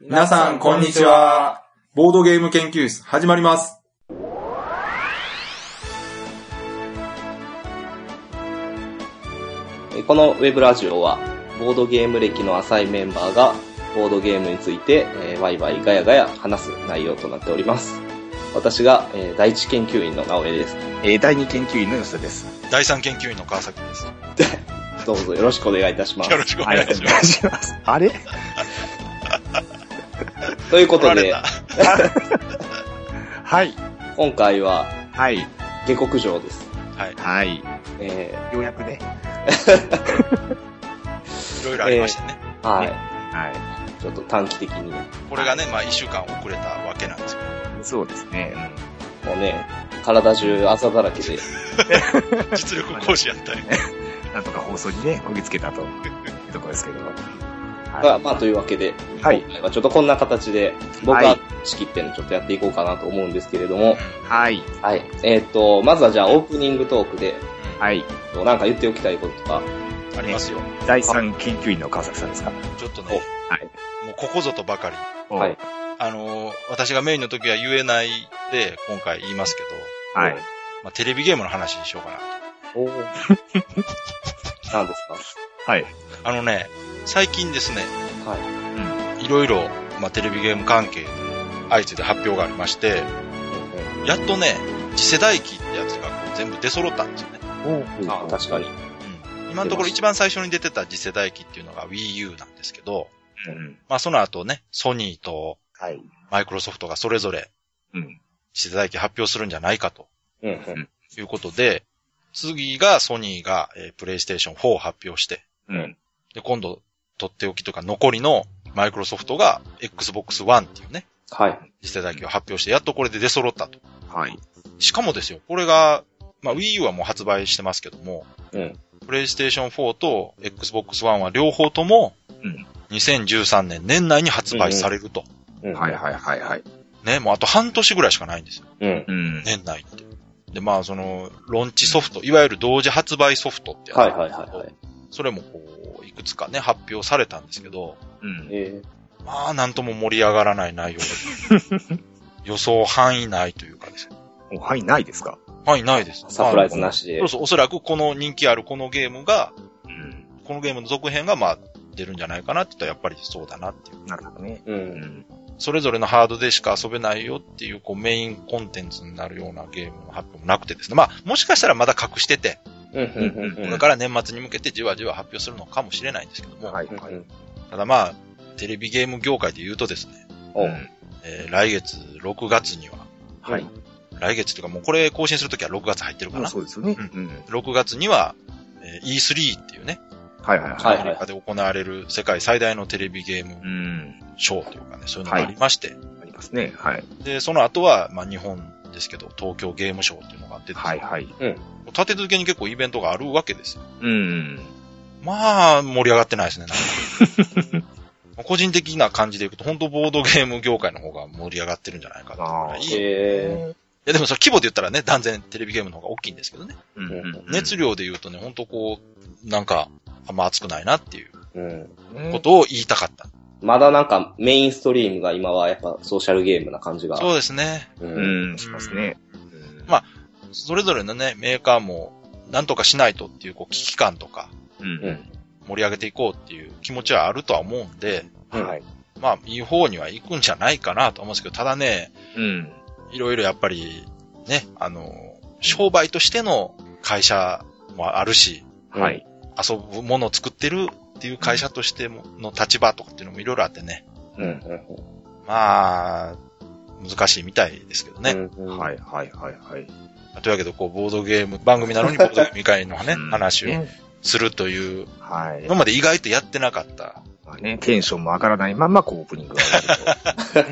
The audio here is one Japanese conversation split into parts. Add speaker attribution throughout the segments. Speaker 1: 皆さん、こんにちは。ボードゲーム研究室、始まります。
Speaker 2: えーこのウェブラジオは、ボードゲーム歴の浅いメンバーが、ボードゲームについて、えーワイワイガヤガヤ話す内容となっております。私が、えー第一研究員の直江です。
Speaker 3: えー第2研究員の吉田です。
Speaker 4: 第三研究員の川崎です。よ
Speaker 2: どうぞよろしくお願いいたします。
Speaker 4: ろしくお願いしま
Speaker 3: 願いします。あれ
Speaker 2: という
Speaker 4: す。
Speaker 2: こ
Speaker 4: 来ら
Speaker 2: と
Speaker 4: れ
Speaker 2: で、
Speaker 4: た。
Speaker 3: はい。
Speaker 2: 今回は、
Speaker 3: はい。
Speaker 2: 下克上です。
Speaker 4: はい。
Speaker 3: はい。
Speaker 2: え
Speaker 3: ようやくね。
Speaker 4: いろいろありましたね。
Speaker 2: ーは。
Speaker 3: はい
Speaker 2: ちょっと短期的に、も
Speaker 4: これがね、まあ一週間遅れたわけなんですけ
Speaker 3: い。そうですね。
Speaker 2: うね、体中あざだらけで、
Speaker 4: ど、実力講師やったり。
Speaker 3: なんとか放送にね、こぎつけたと。いうとこですけど。
Speaker 2: まあ、
Speaker 3: は
Speaker 2: まあというわけで、
Speaker 3: い。はい。
Speaker 2: 今回はちょっとこんな形で、僕
Speaker 3: は
Speaker 2: はい仕切ってのちょっとやっていこうかなと思うんですけれども、
Speaker 3: はい。
Speaker 2: はい。えっ、と、まずはじゃあオープニングトークで、
Speaker 3: はい。
Speaker 2: なんか言っておきたいこととか、
Speaker 4: ありますよ。
Speaker 3: 第3研究員の川崎さんですか
Speaker 4: ちょっとね、
Speaker 3: はい。
Speaker 4: もうここぞとばかり。
Speaker 2: はい。
Speaker 4: あのー、私がメインの時は言えないで、今回言いますけど、
Speaker 3: はい。
Speaker 4: まあテレビゲームの話にしようかな。
Speaker 2: おー何です
Speaker 3: はい。
Speaker 4: あのね、最近ですね、
Speaker 2: かはい。
Speaker 4: いろいろ、まあテレビゲーム関係で相次いで発表がありまして、やっとね、次世代機ってやつがこう全部出揃ったんですよね。
Speaker 2: あ確かに。は
Speaker 4: うん今のところ一番最初に出てた次世代機っていうのが Wii U なんですけど、
Speaker 3: うん。
Speaker 4: まあその後ね、ソニーと
Speaker 3: はい。
Speaker 4: マイクロソフトがそれぞれ
Speaker 3: うん。
Speaker 4: 次世代機発表するんじゃないかと
Speaker 2: うんうん
Speaker 4: いうことで、次がソニーが、えー、プレイステーション4を発表して、
Speaker 3: うん。
Speaker 4: で、今度、とっておきというか残りのマイクロソフトが Xbox One っていうね、
Speaker 2: はい。
Speaker 4: 次世代機を発表して、やっとこれで出揃ったと。
Speaker 3: はい。
Speaker 4: しかもですよ、これが、まあ Wii U はもう発売してますけども、
Speaker 2: うん
Speaker 4: プレイステーション4と Xbox One は両方とも
Speaker 3: うん、
Speaker 4: 2013年年内に発売されると。
Speaker 2: うん
Speaker 3: はいはいはいはい。
Speaker 4: ね、もうあと半年ぐらいしかないんですよ。
Speaker 2: うん。
Speaker 3: うん。
Speaker 4: 年内って。で、まあその、ローンチソフト、いわゆる同時発売ソフトってやつ
Speaker 2: はいはいはいはい。
Speaker 4: それもこう、いくつかね、発表されたんですけど、
Speaker 3: うん。
Speaker 2: え
Speaker 4: まあなんとも盛り上がらない内容で。 予想範囲内というかですね。
Speaker 3: おはい、ないですか
Speaker 4: 範囲内です。
Speaker 2: ー、サプライズなしで。
Speaker 4: そうそう、おそらくこの人気あるこのゲームが、
Speaker 3: うん。
Speaker 4: このゲームの続編がまあ出るんじゃないかなって言ったらやっぱりそうだなっていう。
Speaker 3: なるほどね。
Speaker 2: う。
Speaker 3: うんん。
Speaker 4: それぞれのハードでしか遊べないよっていうこうメインコンテンツになるようなゲームの発表もなくてですね。まあもしかしたらまだ隠してて、
Speaker 2: うんうんうん
Speaker 4: これから年末に向けてじわじわ発表するのかもしれないんですけども、
Speaker 3: はい。
Speaker 2: う
Speaker 3: はい。
Speaker 2: ん。
Speaker 4: ただまあ、テレビゲーム業界で言うとですね、
Speaker 2: お
Speaker 3: うん
Speaker 4: えー来月6月には、
Speaker 3: はい。
Speaker 4: 来月というかもうこれ更新するときは6月入ってるか
Speaker 3: もう
Speaker 4: な。
Speaker 3: そうですよね。
Speaker 4: うん
Speaker 3: うん。
Speaker 4: 6月には、えー E3 っていうね、
Speaker 3: はいはい
Speaker 2: は
Speaker 3: はいい。
Speaker 4: アメリカで行われる世界最大のテレビゲー
Speaker 3: う
Speaker 4: ム
Speaker 3: ん。
Speaker 4: ショーというかね、そういうのがありまして、
Speaker 3: ありますね。はい。
Speaker 4: で、その後は、まあ、日本ですけど、東京ゲームショーっていうのがあって、
Speaker 3: はいはい。
Speaker 4: 立て続けに結構イベントがあるわけですよ。
Speaker 3: うん。
Speaker 4: まあ、盛り上がってないですね、 なんか個人的な感じでいくと、本当ボードゲーム業界の方が盛り上がってるんじゃないかって
Speaker 3: ああ
Speaker 4: いうぐらい。い
Speaker 2: え
Speaker 4: や、でもその規模で言ったらね、断然テレビゲームの方が大きいんですけどね。
Speaker 3: うんうん
Speaker 4: 熱量で言うとね、本当こう、なんか、あんま熱くないなっていう
Speaker 2: ーうん。
Speaker 4: こ
Speaker 3: ね
Speaker 4: とを言いたかった。
Speaker 2: まだなんかメインストリームが今はやっぱソーシャルゲームな感じが。
Speaker 4: そうですね。
Speaker 2: う。
Speaker 3: うんん、しますね。
Speaker 4: まあそれぞれのね、メーカーも、なんとかしないとっていう、こう、危機感とか、
Speaker 3: う。
Speaker 2: うんん。
Speaker 4: 盛り上げていこうっていう気持ちはあるとは思うんで、
Speaker 2: うん
Speaker 3: はい。
Speaker 4: まあ、いい方には行くんじゃないかなと思うんですけど、ただね、
Speaker 3: うん。
Speaker 4: いろいろやっぱり、ね、あの、商売としての会社もあるし、
Speaker 3: はい。
Speaker 4: 遊ぶものを作ってるっていう会社としてもの立場とかっていうのもいろいろあってね、
Speaker 2: うんうん
Speaker 4: まあ、難しいみたいですけどね。
Speaker 2: うん。うん
Speaker 3: はい、はい、はい、はい。
Speaker 4: というわけで、こう、ボードゲーム、番組なのにボードゲーム以外のね、
Speaker 3: うん
Speaker 4: 話を。するという、
Speaker 3: はい
Speaker 4: 今。まで意外とやってなかった。
Speaker 3: まあね、テンションも上がらないまま、こう、オープニングが終わると。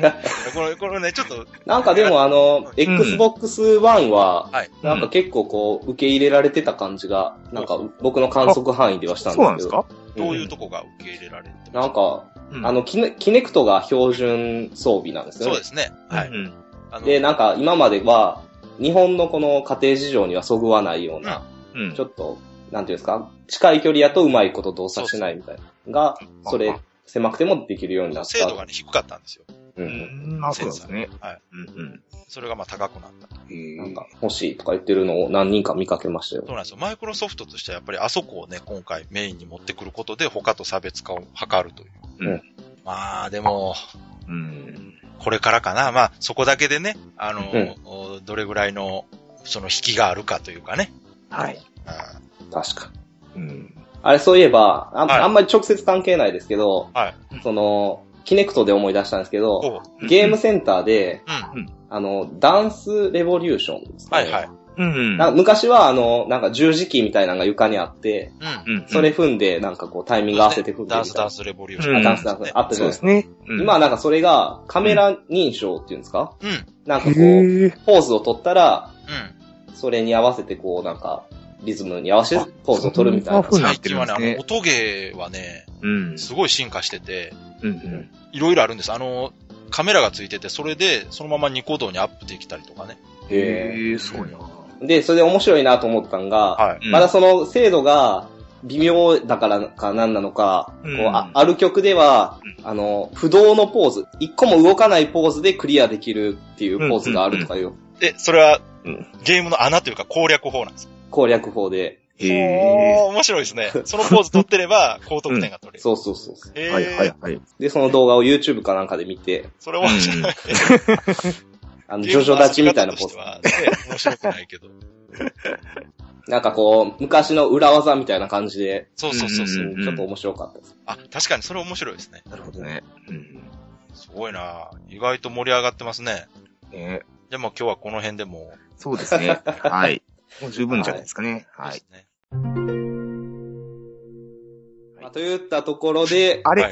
Speaker 4: これ、これね、ちょっと、
Speaker 2: なんかでもあの、Xbox One は、
Speaker 4: はい。
Speaker 2: なんか結構こう、受け入れられてた感じが、なんか僕の観測範囲ではしたんで
Speaker 3: そ
Speaker 2: すけ
Speaker 3: う
Speaker 2: ど。
Speaker 3: なんですか
Speaker 4: どういうとこが受け入れられてます
Speaker 2: なんか、
Speaker 3: うん
Speaker 2: あの、キネ、キネクトが標準装備なんですよ
Speaker 4: そう
Speaker 2: ね。
Speaker 4: ですね。は
Speaker 3: う
Speaker 4: い。
Speaker 3: ん
Speaker 4: あの
Speaker 2: で、なんか今までは、日本のこの家庭事情にはそぐわないような、
Speaker 3: うん。
Speaker 2: ちょっと、なんていうんですか、近い距離やとうまいこと動作しないみたいな、が、
Speaker 3: そう
Speaker 2: それ、狭くてもできるようになった。
Speaker 4: 精度がね、低かったんですよ。
Speaker 2: う。
Speaker 3: うんん、あ、そうなんですね。
Speaker 4: はい。
Speaker 3: うん、
Speaker 4: それがまあ高くなった。
Speaker 3: うん。
Speaker 2: なんか、欲しいとか言ってるのを何人か見かけました
Speaker 4: そう
Speaker 2: よ。
Speaker 4: なんですよ。マイクロソフトとしてはやっぱりあそこをね、今回メインに持ってくることで他と差別化を図るという。
Speaker 2: うん
Speaker 4: まあ、でも、
Speaker 3: うん。
Speaker 4: これからかな。まあ、そこだけでね、あの、
Speaker 2: うん
Speaker 4: おどれぐらいの、その引きがあるかというかね。
Speaker 3: はい。
Speaker 4: あ
Speaker 2: 確か。
Speaker 3: うん。
Speaker 2: あれ、そういえば、あん,、
Speaker 4: はい
Speaker 2: あんまり直接関係ないですけど、
Speaker 4: はい
Speaker 2: その、キネクトで思い出したんですけど、
Speaker 4: おう
Speaker 2: ゲームセンターで、
Speaker 4: うん。
Speaker 2: あの、ダンスレボリューションですね
Speaker 4: はいはい。
Speaker 3: うん。
Speaker 2: なんか昔は、あの、なんか十字キーみたいなのが床にあって、
Speaker 4: うん。
Speaker 3: うん、
Speaker 2: それ踏んで、なんかこうタイミング合わせて踏んでみたいな。
Speaker 4: ダンスダン
Speaker 2: ス。
Speaker 4: スレボリューション。
Speaker 3: う
Speaker 2: あ、
Speaker 3: ん
Speaker 2: ダンスダンス。あったじ
Speaker 3: そ
Speaker 2: ゃ
Speaker 3: う
Speaker 2: ない
Speaker 3: で
Speaker 2: です
Speaker 3: す
Speaker 2: か。
Speaker 3: ね。
Speaker 2: 今はなんかそれがカメラ認証っていうんですか
Speaker 4: うん。うん。
Speaker 2: なんかこ
Speaker 3: うん、
Speaker 2: う、
Speaker 3: へえ。
Speaker 2: ポーズを取ったら、それに合わせてこう、なんか、リズムに合わせてポーズを取るみたいな
Speaker 3: そ。うな
Speaker 4: 最
Speaker 3: って
Speaker 4: 近
Speaker 3: るん
Speaker 4: は
Speaker 3: ですね
Speaker 4: ね、あの、。音ゲーはね、
Speaker 3: うん。
Speaker 4: すごい進化してて、
Speaker 3: うん。
Speaker 4: いろいろあるんです。あの、カメラがついてて、それで、そのままニコ動にアップできたりとかね。
Speaker 2: へ
Speaker 3: へえ、そうやな。
Speaker 2: ーで、それで面白いなと思ったんが、
Speaker 4: は
Speaker 3: う
Speaker 4: い。
Speaker 3: ん
Speaker 2: まだその精度が微妙だからか何なのか、
Speaker 3: うん
Speaker 2: こうあある曲では、あの、不動のポーズ、一個も動かないポーズでクリアできるっていうポーズがあるとかいう
Speaker 4: で、それは
Speaker 3: うん、
Speaker 4: ゲームの穴というか攻略法なんです。
Speaker 2: 攻略法で、
Speaker 3: へ
Speaker 4: お
Speaker 3: え。
Speaker 4: ー面白いですね。そのポーズ取ってれば、高得点が取れる。
Speaker 2: そうそうそうそう。
Speaker 4: へー
Speaker 3: はいはいはい。
Speaker 2: で、その動画を YouTube かなんかで見て、
Speaker 4: それ面白い。
Speaker 2: あの、ジョジョ立ちみたいなポー
Speaker 4: ゲ
Speaker 2: ズ
Speaker 4: ー。ムの遊び方としてはね面白くないけど。
Speaker 2: なんかこう、昔の裏技みたいな感じで、
Speaker 4: そうそうそうそうう。
Speaker 3: ん
Speaker 2: ちょっと面白かったです。
Speaker 4: あ、確かにそれ面白いですね。
Speaker 3: なるほどね。うん。
Speaker 4: すごいな意外と盛り上がってますね。
Speaker 3: ね
Speaker 4: でも今日はこの辺でも
Speaker 3: そうです ね。はい。もう十分じゃないですかね。
Speaker 4: うで
Speaker 3: はい
Speaker 4: す。ね。
Speaker 2: まあといったところで、
Speaker 3: あ
Speaker 4: はい
Speaker 3: れ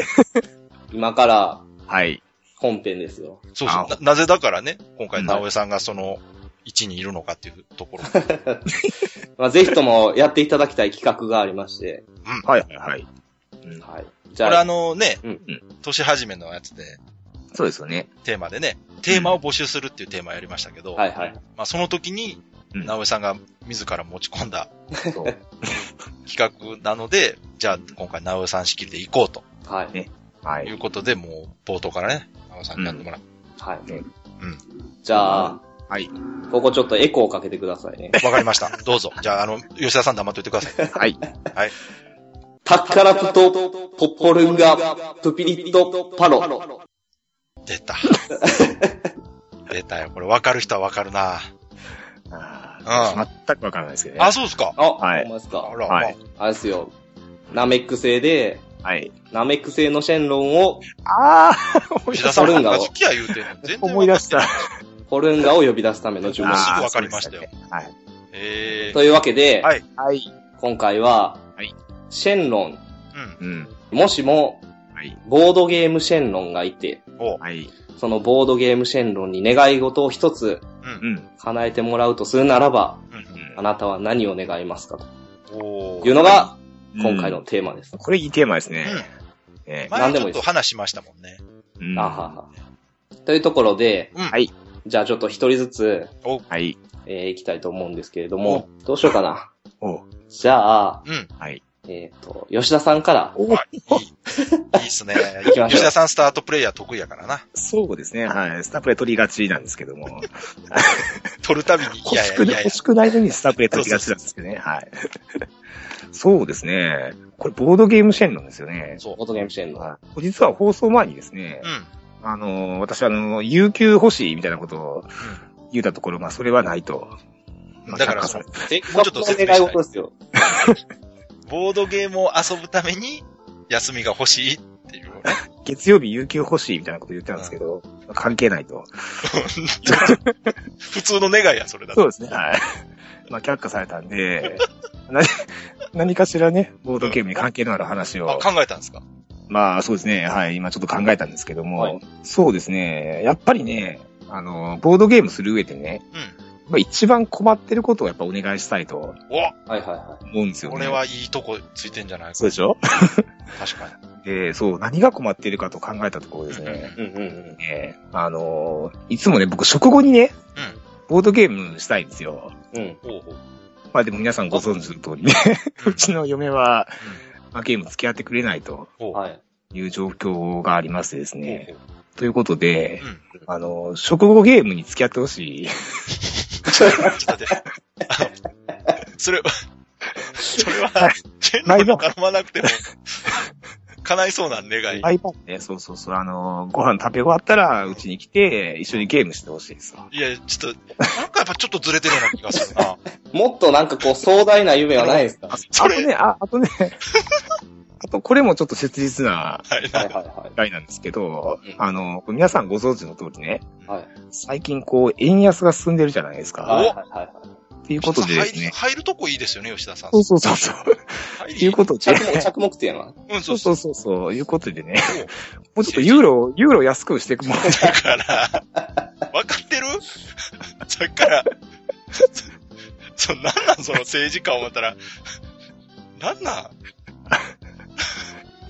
Speaker 2: 今から
Speaker 3: はい。
Speaker 2: 本編ですよ。
Speaker 4: そうそう
Speaker 3: あ
Speaker 4: な。なぜだからね、今
Speaker 3: う
Speaker 4: 回、
Speaker 3: ん
Speaker 4: 直江さんがその、位置にいるのかっていうところ。
Speaker 2: まあ、ぜひともやっていただきたい企画がありまして、
Speaker 3: はいはいはい。うん
Speaker 2: はい。じ
Speaker 4: これ
Speaker 2: ゃ
Speaker 4: あ
Speaker 2: あ、
Speaker 4: のね、
Speaker 2: うん
Speaker 3: うん
Speaker 4: 年始めのやつで、
Speaker 3: そうですよね。
Speaker 4: テーマでね、テーマを募集するっていうテーマやりましたけど、
Speaker 2: はいはい。
Speaker 4: まあその時に、
Speaker 3: うん
Speaker 4: 直江さんが自ら持ち込んだ
Speaker 3: そう。
Speaker 4: 企画なので、じゃあ今回直江さん仕切りで行こうと
Speaker 2: はい。
Speaker 3: ねはいい。
Speaker 4: うことで、もう冒頭からね、直江さんにやってもらう。
Speaker 2: はい。
Speaker 4: うん
Speaker 2: じゃあ、
Speaker 3: はい。
Speaker 2: ここちょっとエコーかけてくださいね。
Speaker 4: わかりました。どうぞ。じゃあ、あの、吉田さん黙っといてください。
Speaker 3: はい。
Speaker 2: タッカラプト、ポッポルンガ、プピリット、パロ。
Speaker 4: 出 た。出たよ。これ分かる人は分かるな。
Speaker 3: あー全くわからないですけどね。
Speaker 4: あ、そうですか。
Speaker 2: あ、
Speaker 3: はい
Speaker 2: ほんまです
Speaker 4: あ
Speaker 2: か。
Speaker 4: ら、
Speaker 3: はい
Speaker 4: ま
Speaker 2: あれですよ。ナメック製で、
Speaker 3: はい。
Speaker 2: ナメック製のシェンロンを、
Speaker 3: ああ、
Speaker 4: あ
Speaker 3: 思い
Speaker 4: 吉
Speaker 3: 出
Speaker 4: 田
Speaker 3: し
Speaker 4: さ
Speaker 2: ポ
Speaker 4: ん、
Speaker 2: ルン
Speaker 4: なん
Speaker 2: ガを
Speaker 4: か好きや言うてんの。全然
Speaker 3: 思い出した。
Speaker 2: ポルンガを呼び出すための呪文。
Speaker 4: あ
Speaker 3: た。
Speaker 4: すぐわかりましたよ
Speaker 3: あー。そうでしたね
Speaker 4: え
Speaker 2: というわけで、
Speaker 4: はい
Speaker 3: はい。はい。
Speaker 2: 今回は
Speaker 3: はい、
Speaker 2: シェンロン、
Speaker 4: ー、
Speaker 3: うん。
Speaker 2: もしも、
Speaker 3: はい。
Speaker 2: ボードゲームシェンロンがいて、
Speaker 4: うん。おう
Speaker 3: はい。
Speaker 2: そのボードゲームシェンロンに願い事を一つ
Speaker 4: うん。
Speaker 3: うん。
Speaker 2: 叶えてもらうとするならば、
Speaker 4: うん
Speaker 2: あなたは何を願いますかと
Speaker 4: お
Speaker 2: いう
Speaker 4: ー
Speaker 2: のが、
Speaker 3: うん
Speaker 2: 今回の。テーマです。
Speaker 3: これいいテーマですね。ね
Speaker 4: 前
Speaker 2: 何で
Speaker 4: ち
Speaker 2: も
Speaker 4: ょ
Speaker 2: い
Speaker 4: っ
Speaker 2: いで
Speaker 4: と
Speaker 2: す
Speaker 4: 話しましたもんね。
Speaker 3: うん
Speaker 2: あはは。というところで、
Speaker 4: うん
Speaker 3: はい
Speaker 2: じゃあちょっと一人ずつ、
Speaker 4: お
Speaker 3: はい。
Speaker 2: えー、いきたいと思うんですけれども、どうしようかな。
Speaker 3: お
Speaker 2: じゃあ、
Speaker 4: うん。
Speaker 3: はい。
Speaker 2: えっ、と、吉田さんから、
Speaker 3: お
Speaker 4: あいい。いいっすね。
Speaker 2: 行きましょう
Speaker 4: 吉田さんスタートプレイヤー得意やからな。
Speaker 3: そうですね。はい。スタプレ取りがちなんですけども。
Speaker 4: 取るたびに、い
Speaker 3: 欲
Speaker 4: や
Speaker 3: し
Speaker 4: い
Speaker 3: くない、
Speaker 4: やいやいや
Speaker 3: 欲しくないのにスタプレ取りがちなんですけどね。はい。 そうですね。これボードゲームシェンロンですよね。
Speaker 4: そう
Speaker 2: オー。トゲームシェンの。
Speaker 3: はい実は放送前にですね、
Speaker 4: うん。
Speaker 3: あの、私はあの、有給欲しいみたいなことを言ったところ、まあ、それはないと。まあ
Speaker 4: だから
Speaker 3: 却下され
Speaker 2: え、っ
Speaker 4: もうちょっと説明したい
Speaker 2: 願い事ですよ。
Speaker 4: ボードゲームを遊ぶために、休みが欲しいっていう ね。
Speaker 3: 月曜日有給欲しいみたいなこと言ってたんですけど、関係ないと。
Speaker 4: 普通の願いや、それだ
Speaker 3: そう
Speaker 4: と。
Speaker 3: ですね。はい。まあ、却下されたんで、 何、何かしらね、ボードゲームに関係のある話
Speaker 4: あ
Speaker 3: を、
Speaker 4: 考えたんですか
Speaker 3: まあ、そうですね。はい。今ちょっと考えたんですけども、
Speaker 2: はい
Speaker 3: そうですね。やっぱりね、あの、ボードゲームする上でね、
Speaker 4: うん。
Speaker 3: まあ、一番困ってることをやっぱお願いしたいと
Speaker 4: お
Speaker 2: はいはいは
Speaker 3: 思うんですよね。
Speaker 4: これはいいとこついてんじゃないか。
Speaker 3: そうでしょ
Speaker 4: 確かに。
Speaker 3: で、そう、何が困っているかと考えたところですね。
Speaker 2: い。うんうんうん。
Speaker 3: えーあのーいつもね、僕、食後にね、ボードゲームしたいんですよ。
Speaker 2: うん。
Speaker 4: ほうほう。
Speaker 3: まあでも皆さん ご存知の通りね、うちの嫁は、まあ、ゲーム付き合ってくれないと。
Speaker 4: ほう。
Speaker 2: はい。
Speaker 3: いう状況がありましてですね。
Speaker 2: う
Speaker 3: ということで
Speaker 4: う、ん。
Speaker 3: あの、食後ゲームに付き合ってほしい。
Speaker 4: ちょっと 待って。あのそれは、それは、チェンに絡まなくても、 叶いそうな願い。
Speaker 3: i p h ね、そうそうそう、あの、ご飯食べ終わったら、うちに来て、一緒にゲームしてほしいですわ。
Speaker 4: いや、ちょっと、なんかやっぱちょっとずれてるような気がするな。
Speaker 2: もっとなんかこう壮大な夢はないですか
Speaker 3: あ
Speaker 2: は
Speaker 3: あとね、あ、あとね、 あと、これもちょっと切実ない
Speaker 4: はい、
Speaker 2: い
Speaker 4: な
Speaker 2: はいはい。
Speaker 3: 題なんですけど
Speaker 2: うん、
Speaker 3: あの、皆さんご存知の通りね、
Speaker 2: はい
Speaker 3: 最近こう、円安が進んでるじゃないです
Speaker 2: はい
Speaker 3: か。
Speaker 2: はいはいはい。
Speaker 3: っていうことでですね。
Speaker 4: 入り入るとこいいですよね、吉田さん。
Speaker 3: そうそうそうそう。
Speaker 4: 入
Speaker 3: ってい
Speaker 4: り
Speaker 3: うことで
Speaker 2: 着、目、着目点は
Speaker 4: うん、そ
Speaker 3: そうう
Speaker 4: そ。
Speaker 3: そううそう、そういうことでね、
Speaker 4: そう
Speaker 3: もうちょっとユーロ、ユーロ安くしてもら
Speaker 4: だから、 分かってる さっきから、 そ、そなんなんその政治家思ったら、なんなん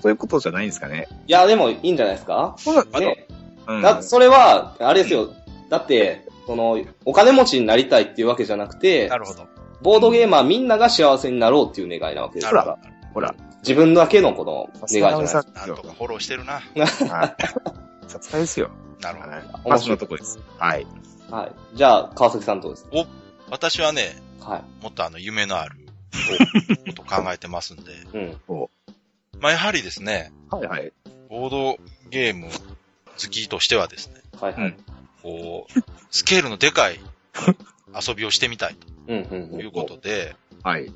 Speaker 3: そういうことじゃないんですかね。
Speaker 2: いや、でもいいんじゃないですか
Speaker 3: そうなん
Speaker 2: ね。
Speaker 3: うん
Speaker 2: だそれは、あれですよ。だって、その、お金持ちになりたいっていうわけじゃなくて、
Speaker 4: なるほど。
Speaker 2: ボードゲーマーみんなが幸せになろうっていう願いなわけですから。
Speaker 3: ほら、
Speaker 2: 自分だけのこの願いじゃないです
Speaker 3: さす
Speaker 2: か。
Speaker 4: な
Speaker 3: が
Speaker 4: ん
Speaker 3: で
Speaker 4: と
Speaker 3: す
Speaker 4: か
Speaker 3: よ。
Speaker 4: フォローしてるな。
Speaker 3: はいさすがですよ。
Speaker 4: なるほど。
Speaker 3: はい。まあ、そんなとこです。はい。
Speaker 2: はい。じゃあ、川崎さんどうです
Speaker 4: 私はね、
Speaker 2: かはい。
Speaker 4: もっとあの、夢のある、ことを考えてますんで。
Speaker 2: うん。
Speaker 4: まあ、やはりですね、
Speaker 3: はいはい。
Speaker 4: ボードゲーム好きとしてはですね、
Speaker 2: はいはい。
Speaker 4: こう、スケールのでかい遊びをしてみたい
Speaker 2: うん、う
Speaker 4: と
Speaker 2: ん、う
Speaker 4: い
Speaker 2: ん。
Speaker 4: うことで、
Speaker 3: はい。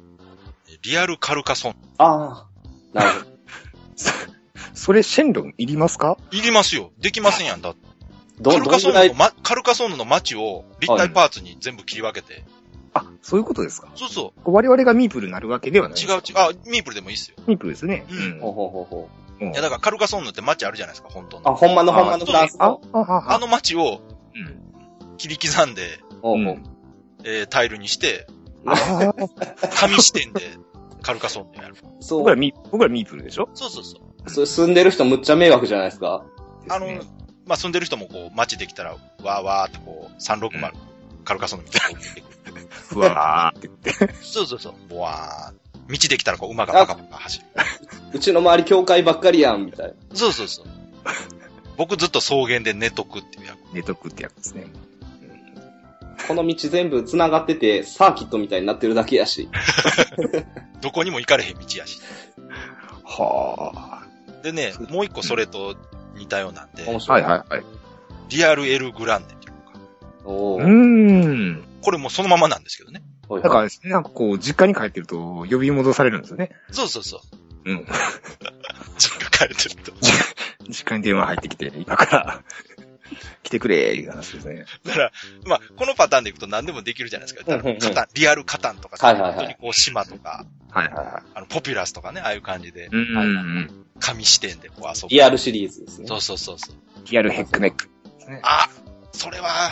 Speaker 4: リアルカルカソン。
Speaker 2: ああ、なるほど。
Speaker 3: そそれ、シェンロンいりますか
Speaker 4: いりますよ。できませんやんだって。カ
Speaker 2: ど、
Speaker 4: ル
Speaker 2: ど
Speaker 4: カ
Speaker 2: ん
Speaker 4: ソ
Speaker 2: ぐ
Speaker 4: ン
Speaker 2: ら
Speaker 4: ヌの、
Speaker 2: い、
Speaker 4: ま、カルカソンヌの街を立体パーツに全部切り分けて。
Speaker 3: あ、そういうことですか。
Speaker 4: そうそう。
Speaker 3: 我々がミープルになるわけではない。
Speaker 4: 違う違う。あ、ミープルでもいいっすよ。
Speaker 3: ミープルですね。
Speaker 4: う
Speaker 2: ほうほうほうほ
Speaker 3: うん
Speaker 4: いや、だからカルカソンヌって街あるじゃないですか、本当
Speaker 2: う。あ、
Speaker 4: の。
Speaker 2: ほんまのほんまの
Speaker 4: あ
Speaker 2: フランス
Speaker 3: あ、あ
Speaker 2: の。、
Speaker 3: あ、あ、
Speaker 4: あ
Speaker 3: あ、
Speaker 4: の街を
Speaker 3: うん
Speaker 4: 切り刻んで、
Speaker 2: ほう
Speaker 3: うん
Speaker 2: ほう。
Speaker 4: えー、タイルにして、
Speaker 3: あー
Speaker 4: 紙視点で カルカソンヌやる。
Speaker 2: そ
Speaker 3: 僕ら
Speaker 2: う。
Speaker 3: ミ、僕らミープルでしょ
Speaker 4: そうそうそう。
Speaker 2: それ住んでる人むっちゃ迷惑じゃないですか。
Speaker 4: あの
Speaker 3: ですね、
Speaker 4: まあ、住んでる人もこう、街できたら、わーわーってこう、360、カルカソンヌみたいに出てく る。
Speaker 3: ふわーって言って。
Speaker 4: そうそうそう。ぼわー。道できたらこう、馬がパカパカ走る。
Speaker 2: うちの周り教会ばっかりやん、みたいな。
Speaker 4: そうそうそう。僕ずっと草原で寝とくっていう役。
Speaker 3: 寝とくってやつですね。
Speaker 2: この道全部繋がってて、サーキットみたいになってるだけやし。
Speaker 4: どこにも行かれへん道やし。
Speaker 3: は
Speaker 4: でね、もう一個それと似たようなんで
Speaker 2: 面、
Speaker 3: あ。
Speaker 2: 白。
Speaker 3: はいいはいはい。
Speaker 4: リアルエルグランデっていうのか。
Speaker 2: お
Speaker 3: う
Speaker 2: ー
Speaker 3: ーん。
Speaker 4: これもうそのままなんですけどね。
Speaker 2: はい
Speaker 3: だ
Speaker 2: は
Speaker 3: か
Speaker 2: い
Speaker 3: ら、なんかこう、実家に帰ってると、呼び戻されるんですよね。
Speaker 4: そうそうそう。
Speaker 3: うん。
Speaker 4: 実家帰ってると。
Speaker 3: 実家に電話入ってきて、今から、 来てくれーいう話ですね。
Speaker 4: だから、まあ、このパターンでいくと何でもできるじゃないですか。
Speaker 2: う
Speaker 4: だ
Speaker 2: んう
Speaker 4: か
Speaker 2: んう
Speaker 4: ら
Speaker 2: ん
Speaker 4: カタンリアルカタンとか、
Speaker 2: はいはいはい
Speaker 4: 本当にこう島とか、
Speaker 3: はいはいはい。
Speaker 4: あの、ポピュラスとかね、ああいう感じで、
Speaker 3: うんうんうん。
Speaker 4: 紙視点でこう遊ぶ。
Speaker 2: リアルシリーズですね。
Speaker 4: そうそうそうそう。
Speaker 3: リアルヘックメック。
Speaker 4: あそれ は、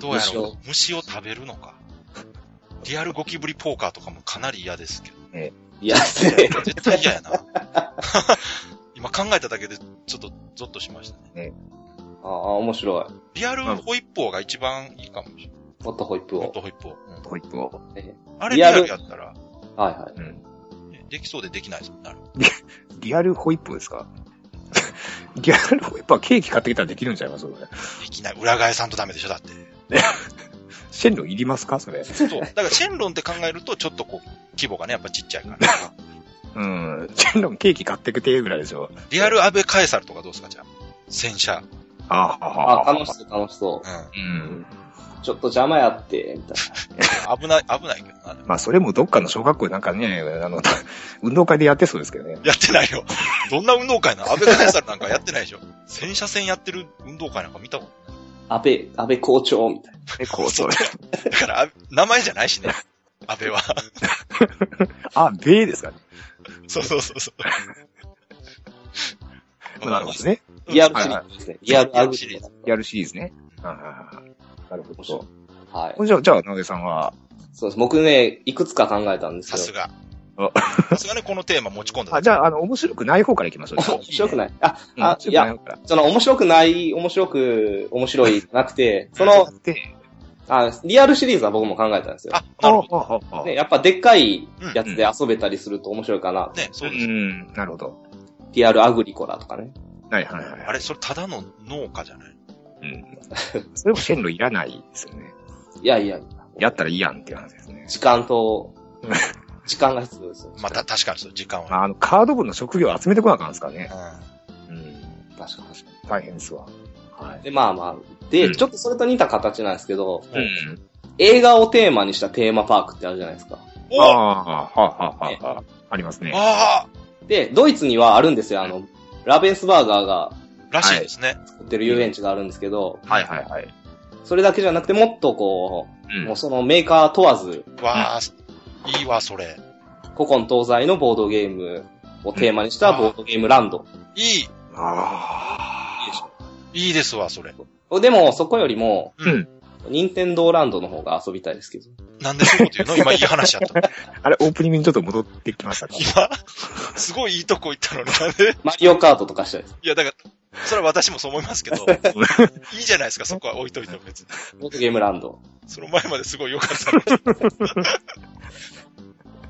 Speaker 4: どうやろう。虫を食べるのか。リアルゴキブリポーカーとかもかなり嫌ですけど。
Speaker 2: いや、失礼。
Speaker 4: 絶対嫌や な。今考えただけでちょっとゾッとしましたね。
Speaker 2: ああ、面白い。
Speaker 4: リアルホイップ王が一番いいかもしれない。
Speaker 2: ホットホイップ
Speaker 4: ホッ
Speaker 2: を。
Speaker 4: トホイップ王。うん
Speaker 3: ポイントを。
Speaker 4: あれリ
Speaker 2: リア
Speaker 4: ア
Speaker 2: ル
Speaker 4: ルやったら、
Speaker 2: はいは
Speaker 3: う
Speaker 2: い。
Speaker 3: ん。
Speaker 4: ねできそうでできないぞ。なる
Speaker 3: リアルホイップですか リアルホイップはケーキ買ってきたらできるんちゃいますそれ
Speaker 4: できない。裏返さんとダメでしょ、だって。
Speaker 3: シェンロンいりますかそれ。
Speaker 4: そう。だから、シェンロンって考えると、ちょっとこう、規模がね、やっぱちっちゃい から。
Speaker 3: うん。シェンロンケーキ買ってくてぐらいでしょ。
Speaker 4: リアル安倍カエサルとかどうですか、じゃあ。戦車。
Speaker 3: あ
Speaker 2: あ、
Speaker 3: あ
Speaker 2: 楽しそう、楽しそう
Speaker 4: う。ん。
Speaker 3: うん。
Speaker 2: ちょっと邪魔やって、みたい
Speaker 4: 危ない、危ないけどな。でも
Speaker 3: まあ、それもどっかの小学校なんかね、あの、 運動会でやってそうですけどね。
Speaker 4: やってないよ。どんな運動会なの安倍カエサルなんかやってないでしょ。戦車戦やってる運動会なんか見たことない
Speaker 2: な。安倍、安倍校長、みたいな。
Speaker 3: え、こう、そう。
Speaker 4: だから、あ名前じゃないしね。安倍は。
Speaker 3: あ、べーですかね。
Speaker 4: そうそうそうそ う。
Speaker 3: なるほどね。
Speaker 2: リアルシリーズですね。リアルアグリ
Speaker 4: リアルシリー
Speaker 3: やるシリーズね。はいはいはい。なるほど。
Speaker 2: はい。
Speaker 3: じゃあ、じゃあ、なげさんは、
Speaker 2: そうです。僕ね、いくつか考えたんです
Speaker 4: さ
Speaker 2: け
Speaker 4: す
Speaker 2: ど。
Speaker 4: が
Speaker 3: あ。
Speaker 4: さすがね、このテーマ持ち込んだ。
Speaker 3: あ、じゃあ、あの、面白くない方からいきましょう。
Speaker 2: 面白くない。あ、
Speaker 3: うん
Speaker 2: あ
Speaker 3: 面、白
Speaker 2: い
Speaker 3: くない
Speaker 2: や、
Speaker 3: 方から。
Speaker 2: その面白くない、面白く、面白いじゃなくて、そ
Speaker 3: だ
Speaker 2: の、
Speaker 3: って、
Speaker 2: あリアルシリーズは僕も考えたんですよ。
Speaker 4: あ、なるほ
Speaker 3: ほど
Speaker 2: ね、やっぱでっかいやつで遊べたりすると面白いかな。
Speaker 4: ど。ね、そううです。
Speaker 3: ん、なるほど。
Speaker 2: TR アグリコラとかね。
Speaker 3: はいはいはい。
Speaker 4: あれ、それただの農家じゃない
Speaker 3: うん。それも線路いらないですよね。
Speaker 2: いやいや、
Speaker 3: やったらいいやんっていう話ですね。
Speaker 2: 時 間と、時間が必要ですよ。
Speaker 4: また、確かにそう、時間は。
Speaker 3: あの、カード部の職業集めてこなあかんですからね。
Speaker 4: う
Speaker 3: うん。
Speaker 2: 確かに。
Speaker 3: 大変ですわ。はい。
Speaker 2: で、まあまあ。で、
Speaker 3: うん
Speaker 2: ちょっとそれと似た形なんですけど、
Speaker 3: うん。
Speaker 2: 映画をテーマにしたテーマパークってあるじゃないですか。
Speaker 4: ん。
Speaker 3: あ
Speaker 4: おあ
Speaker 3: あ、はあはあはあはあ。ありますね。
Speaker 4: あ
Speaker 2: で、ドイツにはあるんですよ。あの、ラベンスバーガーが
Speaker 4: ーらしいですね。
Speaker 2: 作ってる遊園地があるんですけど、
Speaker 3: はいはいはい。
Speaker 2: それだけじゃなくてもっとこ
Speaker 3: う
Speaker 2: う、
Speaker 3: ん
Speaker 2: もう。そのメーカー問わず、
Speaker 4: わあ、いいわ、それ。
Speaker 2: 古今東西のボードゲームをテーマにしたボードゲームランド。
Speaker 4: いい、
Speaker 3: ああ。
Speaker 2: いいでしょ
Speaker 4: いいですわ、それ。
Speaker 2: でも、そこよりも、
Speaker 3: うん。
Speaker 2: ニンテンドーランドの方が遊びたいですけど。
Speaker 4: なんでそういうこと言うの今いい話やったの。
Speaker 3: あれ、オープニングにちょっと戻ってきましたか
Speaker 4: 今、 すごいいいとこ行ったのになんで
Speaker 2: マリオカートとかしたいです。
Speaker 4: いや、だから、それは私もそう思い ますけど、いいじゃないですか、そこは置いといても別に。
Speaker 2: ボードゲームランド。
Speaker 4: その前まですごい良かったのに。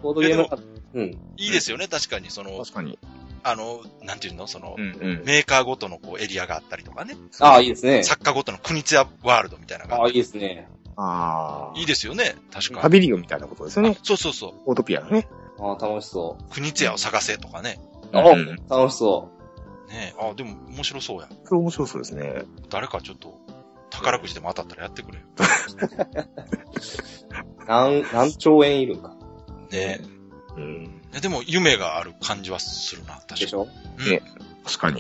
Speaker 2: ボードゲームランド。うん。
Speaker 4: いいですよね、確かに、その、
Speaker 3: 確かに。
Speaker 4: あの、なんていうのその
Speaker 3: う、んうん。
Speaker 4: メーカーごとのこうエリアがあったりとかね、
Speaker 2: ああ、いいですね。
Speaker 4: 作家ごとの国津屋ワールドみたいなの
Speaker 2: あ
Speaker 4: が
Speaker 2: あ、いいですね。
Speaker 3: ああ。
Speaker 4: いいですよね、確
Speaker 3: パ
Speaker 4: かに。
Speaker 3: ビリオンみたいなことですよね。
Speaker 4: そうそうそう。
Speaker 3: オートピアのね。
Speaker 2: ああ、楽しそ
Speaker 4: 国津屋を探せとかね。
Speaker 2: う。ああ
Speaker 3: うん、
Speaker 2: 楽しそう。
Speaker 4: ねあ、でも面白そうや。
Speaker 3: それ面白そうですね。
Speaker 4: 誰かちょっと、宝くじでも当たったらやってくれよ。
Speaker 2: 何、何兆円いるんか。
Speaker 4: ね
Speaker 3: うん。
Speaker 4: え。でも夢がある感じはするな、確
Speaker 2: で
Speaker 4: か
Speaker 2: しょ
Speaker 3: 確かに。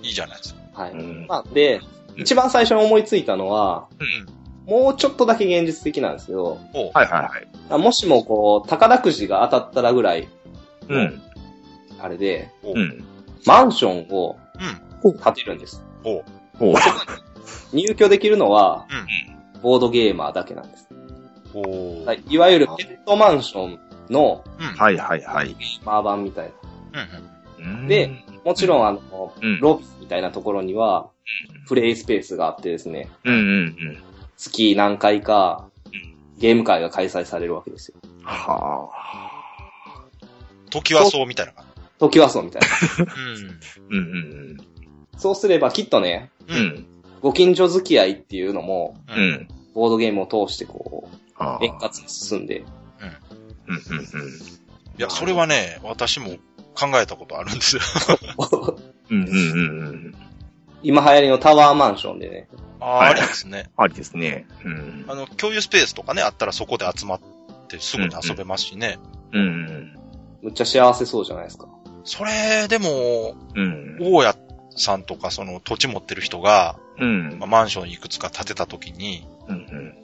Speaker 4: に。いいじゃないですか。
Speaker 2: は
Speaker 3: う
Speaker 2: い。
Speaker 3: ん。
Speaker 2: まあ、で、
Speaker 3: うん
Speaker 2: 一番最初に思いついたのは、
Speaker 4: うん。
Speaker 2: もうちょっとだけ現実的なんですけど、
Speaker 4: おう。
Speaker 3: はいはいはい。
Speaker 2: あもしもこう、宝くじが当たったらぐらい、
Speaker 3: うん。
Speaker 2: あれで、
Speaker 3: うん。
Speaker 2: マンションを
Speaker 4: うん。
Speaker 2: 建てるんです。
Speaker 4: おう。
Speaker 3: おう。
Speaker 2: 入居できるのは、
Speaker 4: うん。
Speaker 2: ボードゲーマーだけなんです。
Speaker 4: おう。
Speaker 2: はいいわゆるペットマンションの
Speaker 4: うん。うん。
Speaker 3: はいはいはい。
Speaker 2: マーバンみたい
Speaker 4: うん。
Speaker 3: うん
Speaker 2: で、な。もちろん、あの、
Speaker 3: うん。
Speaker 2: ロビーみたいなところには、プレイスペースがあってですね、
Speaker 3: うんうん
Speaker 2: 月何回か
Speaker 3: う、
Speaker 2: ゲーム会が開催されるわけですよ。
Speaker 3: うん。はあ。
Speaker 4: 時はそうみたいな感
Speaker 2: 時はそうみたい
Speaker 4: じ。
Speaker 3: うんうん
Speaker 2: な。そうすればきっとね、
Speaker 4: う。
Speaker 3: うんん。うん。
Speaker 2: ご近所付き合いっていうのも、
Speaker 4: う。
Speaker 3: うんん。
Speaker 2: ボードゲームを通してこう、
Speaker 3: ああ。
Speaker 2: 円滑に進んで、
Speaker 3: うんうんうん。
Speaker 4: いや、それはね、私も考えたことあるんですよ。
Speaker 3: うんうんうんうん。
Speaker 2: 今流行りのタワーマンションでね、
Speaker 4: ああ、
Speaker 3: はい
Speaker 4: ありですね。
Speaker 3: ありですね。うん
Speaker 4: あ。の、共有スペースとかね、あったらそこで集まってすぐに遊べますしね。
Speaker 3: うん。
Speaker 2: むっちゃ幸せそうじゃないですか。
Speaker 4: それ、でも、
Speaker 3: うん。
Speaker 4: 大家さんとかその土地持ってる人が、
Speaker 3: うん
Speaker 4: まあ、。マンションいくつか建てた時に、
Speaker 3: うん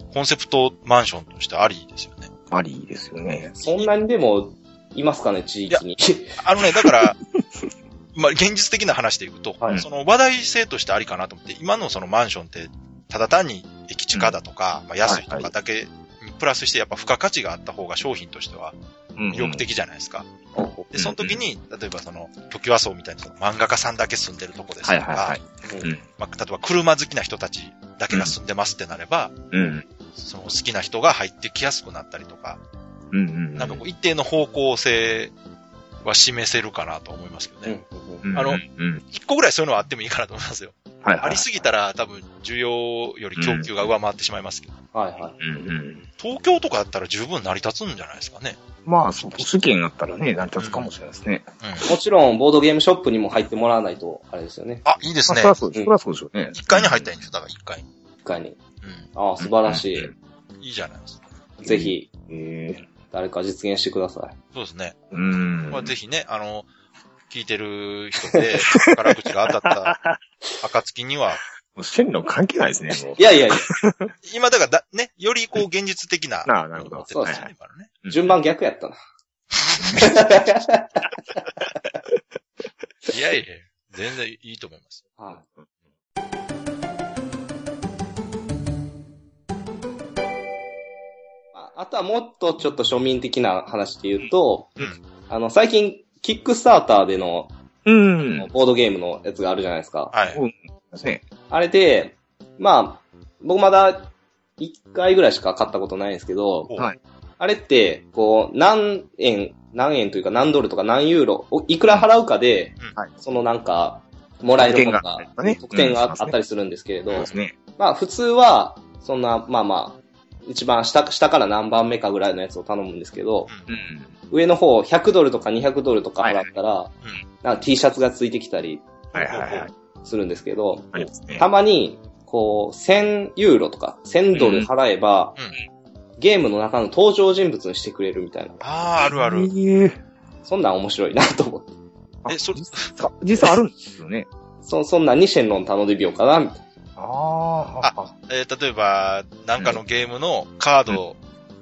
Speaker 3: うん。
Speaker 4: コンセプトマンションとしてありですよね。
Speaker 3: ありですよね。
Speaker 2: そんなにでも、いますかね、地域に。
Speaker 4: あのね、だから、 まあ、現実的な話でいくと、
Speaker 2: はい
Speaker 4: その話題性としてありかなと思って、今のそのマンションって、ただ単に駅地下だとか、まあ、安いとかだけにプラスして、やっぱ付加価値があった方が商品としては
Speaker 3: 魅
Speaker 4: 魅力。的じゃないですか。
Speaker 2: う
Speaker 4: で、その時に、例えばその、時和荘みたいなその漫画家さんだけ住んでるとこですとか、
Speaker 3: はいはいはい。
Speaker 4: まあ、例えば車好きな人たちだけが住んでますってなれば、
Speaker 3: うん。
Speaker 4: その好きな人が入ってきやすくなったりとか、
Speaker 3: うんうん。
Speaker 4: なんかこう一定の方向性は示せるかなと思いますけど
Speaker 2: んう
Speaker 4: ね。
Speaker 2: んうん
Speaker 3: うん、
Speaker 4: あの
Speaker 3: うん。
Speaker 4: 一、個ぐらいそういうのはあってもいいかなと思いますよ。
Speaker 3: はいはい。
Speaker 4: ありすぎたら多分需要より供給が上回ってしまいますけど、
Speaker 2: はいはい。
Speaker 3: うんうん。
Speaker 4: 東京とかだったら十分成り立つんじゃないですかね。
Speaker 3: まあ、そう、都市圏だったらね、成り立つかもしれないですね。
Speaker 4: うん。
Speaker 2: もちろん、ボードゲームショップにも入ってもらわないと、あれですよね、
Speaker 4: あ、いいです
Speaker 3: まあ、
Speaker 4: ね
Speaker 3: そり。ゃそう、そりゃそうでしょうね。
Speaker 4: 一階に入ったらいいんですよ、だから一階に。
Speaker 2: 一回に。
Speaker 4: う
Speaker 2: ああ、素晴らしい。
Speaker 4: ん。いいじゃないですか。
Speaker 3: うん
Speaker 2: ぜひ、
Speaker 3: ええ。
Speaker 2: 誰か実現してください。
Speaker 4: そうですね。
Speaker 3: うん。
Speaker 4: まあぜひね、あの、聞いてる人で、 宝くじが当た った暁には、
Speaker 3: もう線路関係ないですね、もう
Speaker 2: い。やいやいや、
Speaker 4: 今だからだ、ね、よりこう現実的 な。
Speaker 3: なあ、なるほど。
Speaker 4: そうです
Speaker 3: はいは
Speaker 4: ね
Speaker 3: い、
Speaker 4: 今のね。
Speaker 2: 順番逆やったな。
Speaker 4: いやいや、全然いいと思います。
Speaker 2: はああとはもっとちょっと庶民的な話で言うと、
Speaker 4: うん
Speaker 2: あの、最近、キックスターターでの、
Speaker 3: うん。
Speaker 2: ボードゲームのやつがあるじゃないですか。
Speaker 4: はい。
Speaker 3: ですね。
Speaker 2: あれで、まあ、僕まだ1回ぐらいしか買ったことないんですけど、
Speaker 4: お
Speaker 3: はい
Speaker 2: あれって、こう、何円、何円というか何ドルとか何ユーロ、おいくら払うかで、
Speaker 3: はい
Speaker 2: そのなんか、もらえるもの
Speaker 3: 特典があったりと
Speaker 2: が
Speaker 3: かね、
Speaker 2: 特典
Speaker 3: うん
Speaker 2: があったりするんですけれど、
Speaker 3: そうですね。
Speaker 2: まあ普通は、そんな、まあまあ、一番下、下から何番目かぐらいのやつを頼むんですけど、
Speaker 3: うん。
Speaker 2: 上の方100ドルとか200ドルとか払ったら、
Speaker 4: いうん
Speaker 2: なんか T シャツがついてきたり
Speaker 3: はいはいはい。
Speaker 2: するんですけど、
Speaker 3: ありますね。
Speaker 2: たまに、こう、1000ユーロとか、1000ドル払えば、
Speaker 4: うんう
Speaker 2: ゲームの中の登場人物にしてくれるみたいな。
Speaker 4: ああ、あるある。
Speaker 3: ええ
Speaker 2: そんなん面白いなと思って。
Speaker 3: あ
Speaker 4: えそれ
Speaker 3: 実際実際あるんですよね。
Speaker 2: そ、そんなんにシェンロン頼んでみようかな、みたいな。
Speaker 3: ああ、あ
Speaker 4: えー例えば、なんかのゲームのカードを、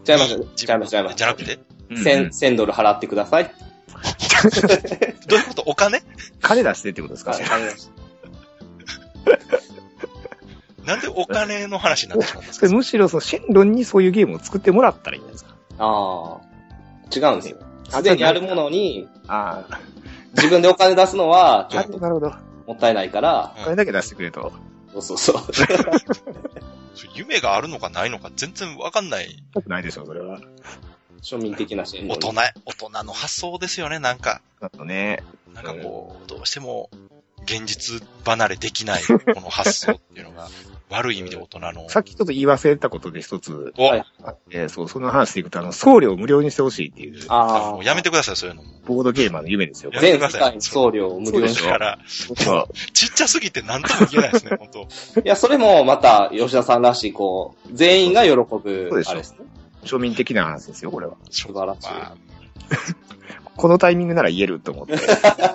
Speaker 2: ちゃいます、
Speaker 4: 自
Speaker 2: ちゃいます、ちゃいます。
Speaker 4: じゃなくて
Speaker 3: うん
Speaker 2: 1000、1000ドル払ってください。
Speaker 4: どういうことお金
Speaker 3: 彼出してってことですか
Speaker 2: はい、わかりました
Speaker 4: なんでお金の話になってしまったんです
Speaker 3: それ
Speaker 4: か
Speaker 3: むしろそのシェンロンにそういうゲームを作ってもらったらいいんじゃないですか。
Speaker 2: ああ。違うんですよ。すでにあるものに、
Speaker 3: ああ、
Speaker 2: 自分でお金出すのは、ちょ
Speaker 3: な
Speaker 2: っ
Speaker 3: る
Speaker 2: と
Speaker 3: ほどなるほど。
Speaker 2: もったいないから、
Speaker 3: これだけ出してくれと。
Speaker 2: そうそう そう。
Speaker 4: 夢があるのかないのか全然わかんない。
Speaker 3: よくないでしょ、それは。
Speaker 2: 庶民的なシェンロ
Speaker 4: 大
Speaker 2: ン。
Speaker 4: 人、大人の発想ですよね、なんか。
Speaker 3: あとね、
Speaker 4: なんかこう、どうしても、現実離れできない、この発想っていうのが、悪い意味で大人の。
Speaker 3: さっきちょっと言い忘れたことで一つ、
Speaker 4: お、
Speaker 2: はい
Speaker 3: あってそう、その話でいくと、あの、送料を無料にしてほしいっていう、
Speaker 2: あー
Speaker 4: もうやめてください、そういうのも。
Speaker 3: ボードゲーマーの夢ですよ。
Speaker 4: やめて
Speaker 2: 全
Speaker 4: く
Speaker 2: 世
Speaker 4: ださい
Speaker 2: 界に送料を無料に
Speaker 4: だ
Speaker 2: し
Speaker 4: から、
Speaker 3: そう
Speaker 4: ちっちゃすぎて何とも言えないですね、本当
Speaker 2: いや、それもまた、吉田さんらしい、こう、全員が喜ぶ、
Speaker 3: そうでしょ
Speaker 2: あれですね。
Speaker 3: 庶民的な話ですよ、これは。
Speaker 2: 素晴らしい。
Speaker 4: ま
Speaker 3: このタイミングなら言えると思 って。
Speaker 4: あ、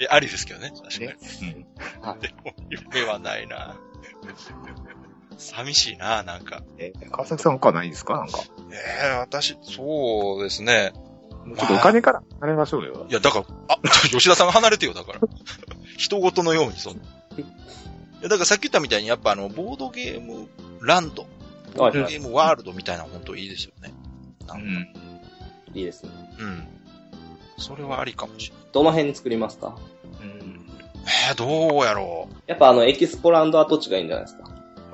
Speaker 4: えありですけどね、確かに。
Speaker 3: ねうん
Speaker 4: でも、夢はないな。寂しいな、なんか。
Speaker 3: え川崎さん他ないですかなんか。
Speaker 4: ええ私、そうですね。
Speaker 3: もうちょっとお金から離れましょうよ。
Speaker 4: いや、だから、あ、 吉田さんが離れてよ、だから。 人事のように、そんな。いや、だからさっき言ったみたいに、やっぱあの、ボードゲームランド、ボ
Speaker 2: は
Speaker 4: ー
Speaker 2: い
Speaker 4: ド
Speaker 2: は
Speaker 4: ゲ
Speaker 2: い。
Speaker 4: ームワールドみたいなの本当いいですよね。な
Speaker 3: うん
Speaker 4: か
Speaker 3: ん。
Speaker 2: いいですね。
Speaker 4: うん。それはありかもしれない。
Speaker 2: どの辺作りますか
Speaker 3: うん
Speaker 4: えー、どうやろう。
Speaker 2: やっぱあの、エキスポランド跡地がいいんじゃないですか。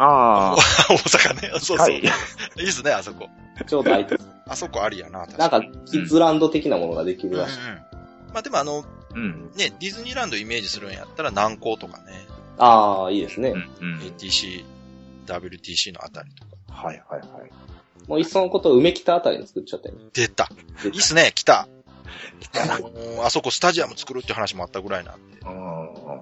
Speaker 3: ああ、
Speaker 4: 大阪ね。そうそう。
Speaker 3: はい
Speaker 4: い、いですね、あそこ。
Speaker 2: ちょうど 空いてる
Speaker 4: あそこありやな、確
Speaker 2: なん
Speaker 4: か
Speaker 2: か、キッズランド的なものができ
Speaker 4: に。
Speaker 2: るらしい。
Speaker 4: うんうんまあでもあの、
Speaker 3: うん。
Speaker 4: ね、ディズニーランドイメージするんやったら南港とかね、
Speaker 2: ああ、いいですね
Speaker 3: う。ん。うん。
Speaker 4: ATC、WTC のあたりとか。
Speaker 3: はいはいはい。
Speaker 2: もういっそのこと、梅北あたりに作っちゃって。
Speaker 4: 出た。いいっすね、来た。あのーあそこスタジアム作るって話もあったぐらいなんで。
Speaker 3: ああ。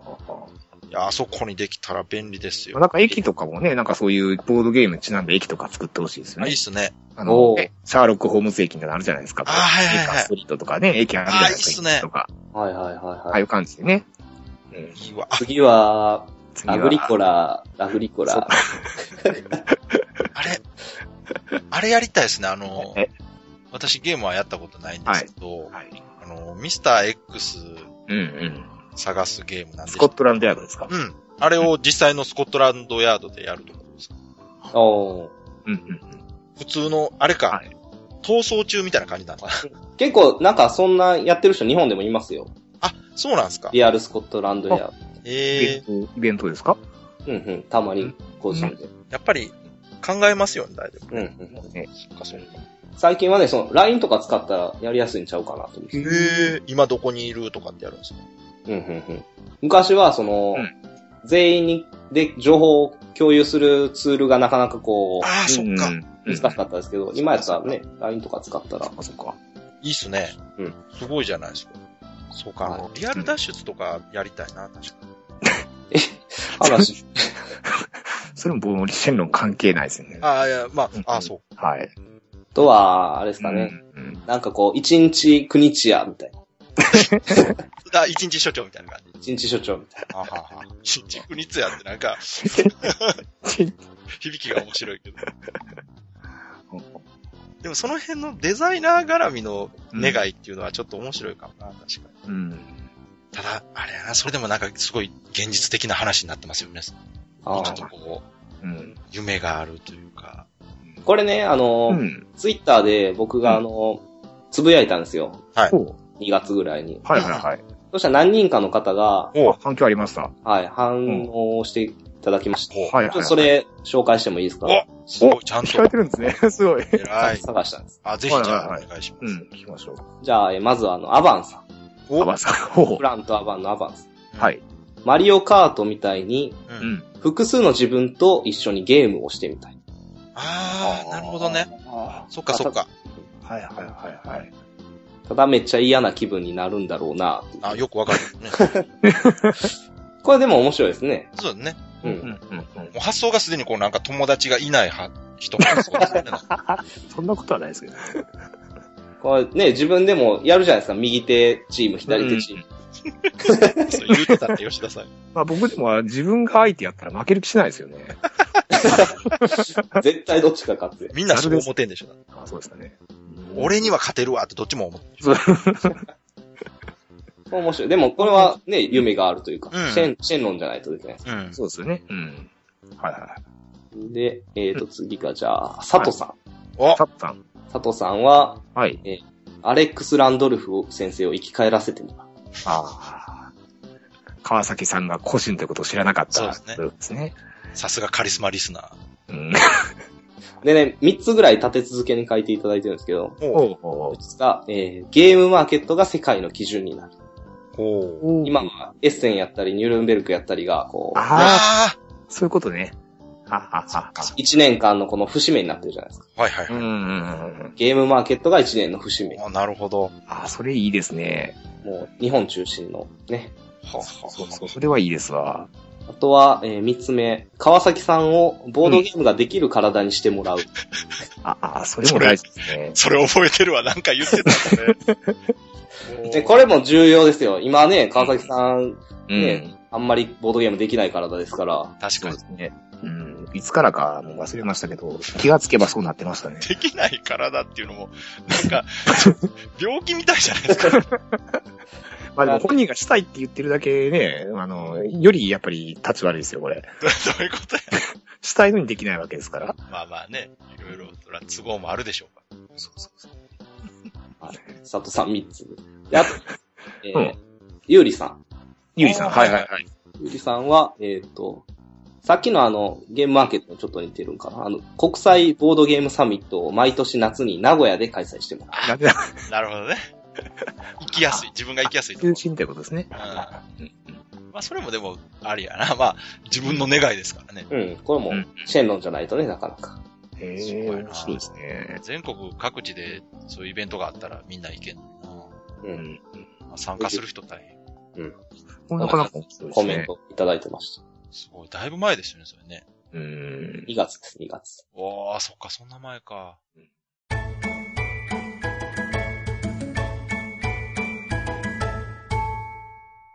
Speaker 4: いや、あそこにできたら便利ですよ。
Speaker 3: なんか駅とかもね、なんかそういうボードゲームにちなんで駅とか作ってほしいですよ
Speaker 4: あいい
Speaker 3: ね
Speaker 4: っ。すね。
Speaker 3: あの
Speaker 2: おー、
Speaker 3: シャーロック・ホームズ駅みたいなのあるじゃないですか。
Speaker 4: あーはいはいはい
Speaker 3: メーカーストリートとかね、駅あるじゃないですか。
Speaker 4: あーいいっすね
Speaker 3: とか、
Speaker 2: はいはいはい
Speaker 3: あ
Speaker 2: は
Speaker 3: あい
Speaker 2: い。
Speaker 3: う感じでね。うん。
Speaker 4: いいわ。
Speaker 2: 次は、
Speaker 3: 次は
Speaker 2: アグリコラ、アグリコ
Speaker 3: そ
Speaker 2: ラ
Speaker 3: う。
Speaker 4: あれ、あれやりたいですね。あのー
Speaker 3: え
Speaker 4: 私ゲームはやったことないんですけど、
Speaker 3: はい。
Speaker 4: あのーミスター X
Speaker 3: うんうん。
Speaker 4: 探すゲームなんで
Speaker 3: スコットランドヤードですか
Speaker 4: うん。あれを実際のスコットランドヤードでやると思うんです。
Speaker 2: おー
Speaker 3: うんうん。
Speaker 4: 普通の、あれか、
Speaker 3: はい
Speaker 4: 逃走中みたいな感じなのかな。
Speaker 2: 結構、なんかそんなやってる人日本でもいますよ。
Speaker 4: あ、そうなんですか。
Speaker 2: リアルスコットランドや、
Speaker 3: イベン
Speaker 4: ええ
Speaker 3: ト、イベントですか
Speaker 2: うんうん、たまに個人で。
Speaker 4: やっぱり考えますよね、大丈夫。
Speaker 2: うんうん。
Speaker 3: ね。
Speaker 4: そっか、そっか。
Speaker 2: 最近はね、その、LINE とか使ったらやりやすいんちゃうかなと思って。
Speaker 4: ええ今どこにいるとかってやるんですか
Speaker 2: うんうんうん。昔は、その、
Speaker 3: うん
Speaker 2: 全員に、で、情報を共有するツールがなかなかこ
Speaker 4: ああ、そっか。
Speaker 3: う
Speaker 4: い
Speaker 3: んう
Speaker 2: う、
Speaker 3: ん。
Speaker 2: 難しかったですけど、今やったらね、LINE とか使ったら、
Speaker 3: あ、そっか。
Speaker 4: いっすね。
Speaker 2: うん
Speaker 4: すごいじゃないですか。そうか、あのリアル脱出とかやりたいな、確かに。
Speaker 2: 話、
Speaker 3: それもボーリシェンロン関係ないですよね。
Speaker 4: ああ、いや、ま
Speaker 3: うん
Speaker 4: あ、ああ、そう。
Speaker 3: はい。
Speaker 2: とは、あれですかね、
Speaker 3: うんうん。
Speaker 2: なんかこう、一日九日や、みたいな。
Speaker 4: あ、一日所長みたいな感じ。
Speaker 2: 一日所長みたい
Speaker 4: あはは。一日不日やってなんか、響きが面白いけど。でもその辺のデザイナー絡みの願いっていうのはちょっと面白いかもな、確かに。
Speaker 3: うん。
Speaker 4: ただ、あれやな、それでもなんかすごい現実的な話になってますよね。ち
Speaker 2: な。
Speaker 4: ょ
Speaker 2: あ
Speaker 4: っと
Speaker 2: ー
Speaker 4: こう、
Speaker 3: うん。
Speaker 4: 夢があるというか。
Speaker 2: これね、あの、
Speaker 3: うん。
Speaker 2: ツイッターで僕があの、つぶやいたんですよ。
Speaker 3: おう
Speaker 2: 2月ぐらいに。
Speaker 3: はいはいはい。
Speaker 2: そしたら何人かの方が、
Speaker 4: お
Speaker 3: 環境ありました。
Speaker 2: はい、反応してただきました。
Speaker 4: ほ
Speaker 3: は
Speaker 4: う。
Speaker 3: い
Speaker 2: ちょっ
Speaker 3: はい。
Speaker 2: とそれ、紹介してもいいですか
Speaker 4: おすごい、ちゃん
Speaker 3: 聞かれ
Speaker 4: と。
Speaker 3: てるんですね。 すごい。
Speaker 4: 偉い。
Speaker 2: 探したんです。
Speaker 4: あ、ぜひじゃあ、
Speaker 3: はいはいはい
Speaker 4: お願いしま
Speaker 3: う
Speaker 4: す。
Speaker 3: ん、聞きましょう。
Speaker 2: じゃあ、えーまずはあの、アバンさん。
Speaker 4: お
Speaker 3: アバンさん。ほ
Speaker 2: プランとアバンのアバンさん。
Speaker 3: う。はい。
Speaker 2: マリオカートみたいに、
Speaker 4: う。
Speaker 3: うんん。
Speaker 2: 複数の自分と一緒にゲームをしてみたい。
Speaker 4: あー、なるほどね。
Speaker 3: あ
Speaker 4: そっかそっか。
Speaker 3: あ。はいはいはいはい。
Speaker 2: ただめっちゃ嫌な気分になるんだろうな。
Speaker 4: あ、よくわかる ね。
Speaker 2: これでも面白いですね。
Speaker 4: そうだね。
Speaker 2: う
Speaker 3: うん
Speaker 2: ん。
Speaker 3: うんうん。
Speaker 4: もう発想がすでにこうなんか友達がいないは人もそうですよね。
Speaker 3: そんなことはないですけど。
Speaker 2: これね、自分でもやるじゃないですか。右手チーム、左手チーム。
Speaker 4: そう言ってたね、吉田さん。
Speaker 3: まあ僕でも自分が相手やったら負ける気しないですよね。
Speaker 2: 絶対どっちか勝つよ。
Speaker 4: みんなそう思ってんでしょ。
Speaker 3: あそうですかね。
Speaker 4: 俺には勝てるわってどっちも思って
Speaker 2: これ面白い。でもこれはね、夢があるというか、
Speaker 4: うん
Speaker 2: シェン、シェンロンじゃないとできないです。
Speaker 4: る。うん。
Speaker 3: そうですよね。うん。はいはいはい。
Speaker 2: で、えーと、次がじゃあ、佐藤さん。
Speaker 4: お
Speaker 3: サッタン。
Speaker 2: 佐藤さんは、
Speaker 3: はい。
Speaker 2: アレックス・ランドルフ先生を生き返らせてみた。
Speaker 3: ああ。川崎さんが個人ということを知らなかった。
Speaker 4: そうですね
Speaker 3: そうですね。
Speaker 4: さすがカリスマリスナー。
Speaker 3: うん。
Speaker 2: でね、3つぐらい立て続けに書いていただいてるんですけど、
Speaker 4: おう
Speaker 3: お
Speaker 2: 1つが、えーゲームマーケットが世界の基準になる。
Speaker 4: おう
Speaker 3: お
Speaker 2: 今はエッセンやったり、ニュルンベルクやったりが、こう、
Speaker 3: ああ、
Speaker 4: あ
Speaker 3: そういうことね。はははは。
Speaker 2: 1年間のこの節目になってるじゃないですか。
Speaker 4: あはいはい
Speaker 3: う
Speaker 4: は
Speaker 3: ん
Speaker 4: い。
Speaker 3: うんうん。
Speaker 2: ゲームマーケットが1年の節目。
Speaker 4: あなるほど。は
Speaker 3: ああ、それいいですね。
Speaker 2: もう、日本中心のね。
Speaker 4: あはあ
Speaker 3: そうそう、それはいいですわ。
Speaker 2: あとは、え3つ目、川崎さんをボードゲームができる体にしてもらう。
Speaker 3: ああ、それも大事ですね。
Speaker 4: それ覚えてるわ、なんか言ってた ね
Speaker 2: で、これも重要ですよ。今ね、川崎さん、
Speaker 3: うん。
Speaker 2: あんまりボードゲームできない体ですから、
Speaker 4: 確
Speaker 3: そ
Speaker 4: か
Speaker 3: う
Speaker 4: に
Speaker 3: で。すね。うん。いつからかもう忘れましたけど、気がつけばそうなってましたね。
Speaker 4: できない体っていうのも、なんか、 病気みたいじゃないですか。
Speaker 3: まあでも本人がしたいって言ってるだけね、あの、よりやっぱり立ち悪いですよ、これ。
Speaker 4: どういうことや。
Speaker 3: したいのにできないわけですから。
Speaker 4: まあまあね、いろいろ、そら都合もあるでしょうか
Speaker 3: そうそうそう。
Speaker 2: 佐藤さん3つ。で、あと、えー
Speaker 3: うん
Speaker 2: ゆうりさん。
Speaker 3: ゆいさん、
Speaker 4: あー
Speaker 3: はいはいはい。
Speaker 2: ゆうりさんは、えっ、と、さっきのあの、ゲームマーケットにちょっと似てるんかな。あの、国際ボードゲームサミットを毎年夏に名古屋で開催してます。
Speaker 3: なんで、
Speaker 4: ら。なるほどね。 行きやすい。自分が行きやすいとこ
Speaker 3: 中心ってことですね。
Speaker 4: まあそれもでも、ありやな。まあ、自分の願いですからね。
Speaker 2: うん。これも
Speaker 3: うん、
Speaker 2: シェンロンじゃないとね、なかなか。
Speaker 3: へ
Speaker 4: す
Speaker 3: え、
Speaker 4: ごいな
Speaker 3: 面白いですね。
Speaker 4: 全国各地でそういうイベントがあったらみんな行けんの
Speaker 2: う。
Speaker 3: うんん。
Speaker 4: にな。まあ、参加する人大変。
Speaker 3: これなかなか面白いです
Speaker 2: コメン
Speaker 3: ね。
Speaker 2: トいただいてました。
Speaker 4: すごい。だいぶ前ですよね、それね。
Speaker 3: うん。
Speaker 2: 2月です、2月。
Speaker 4: おー、そっか、そんな前か。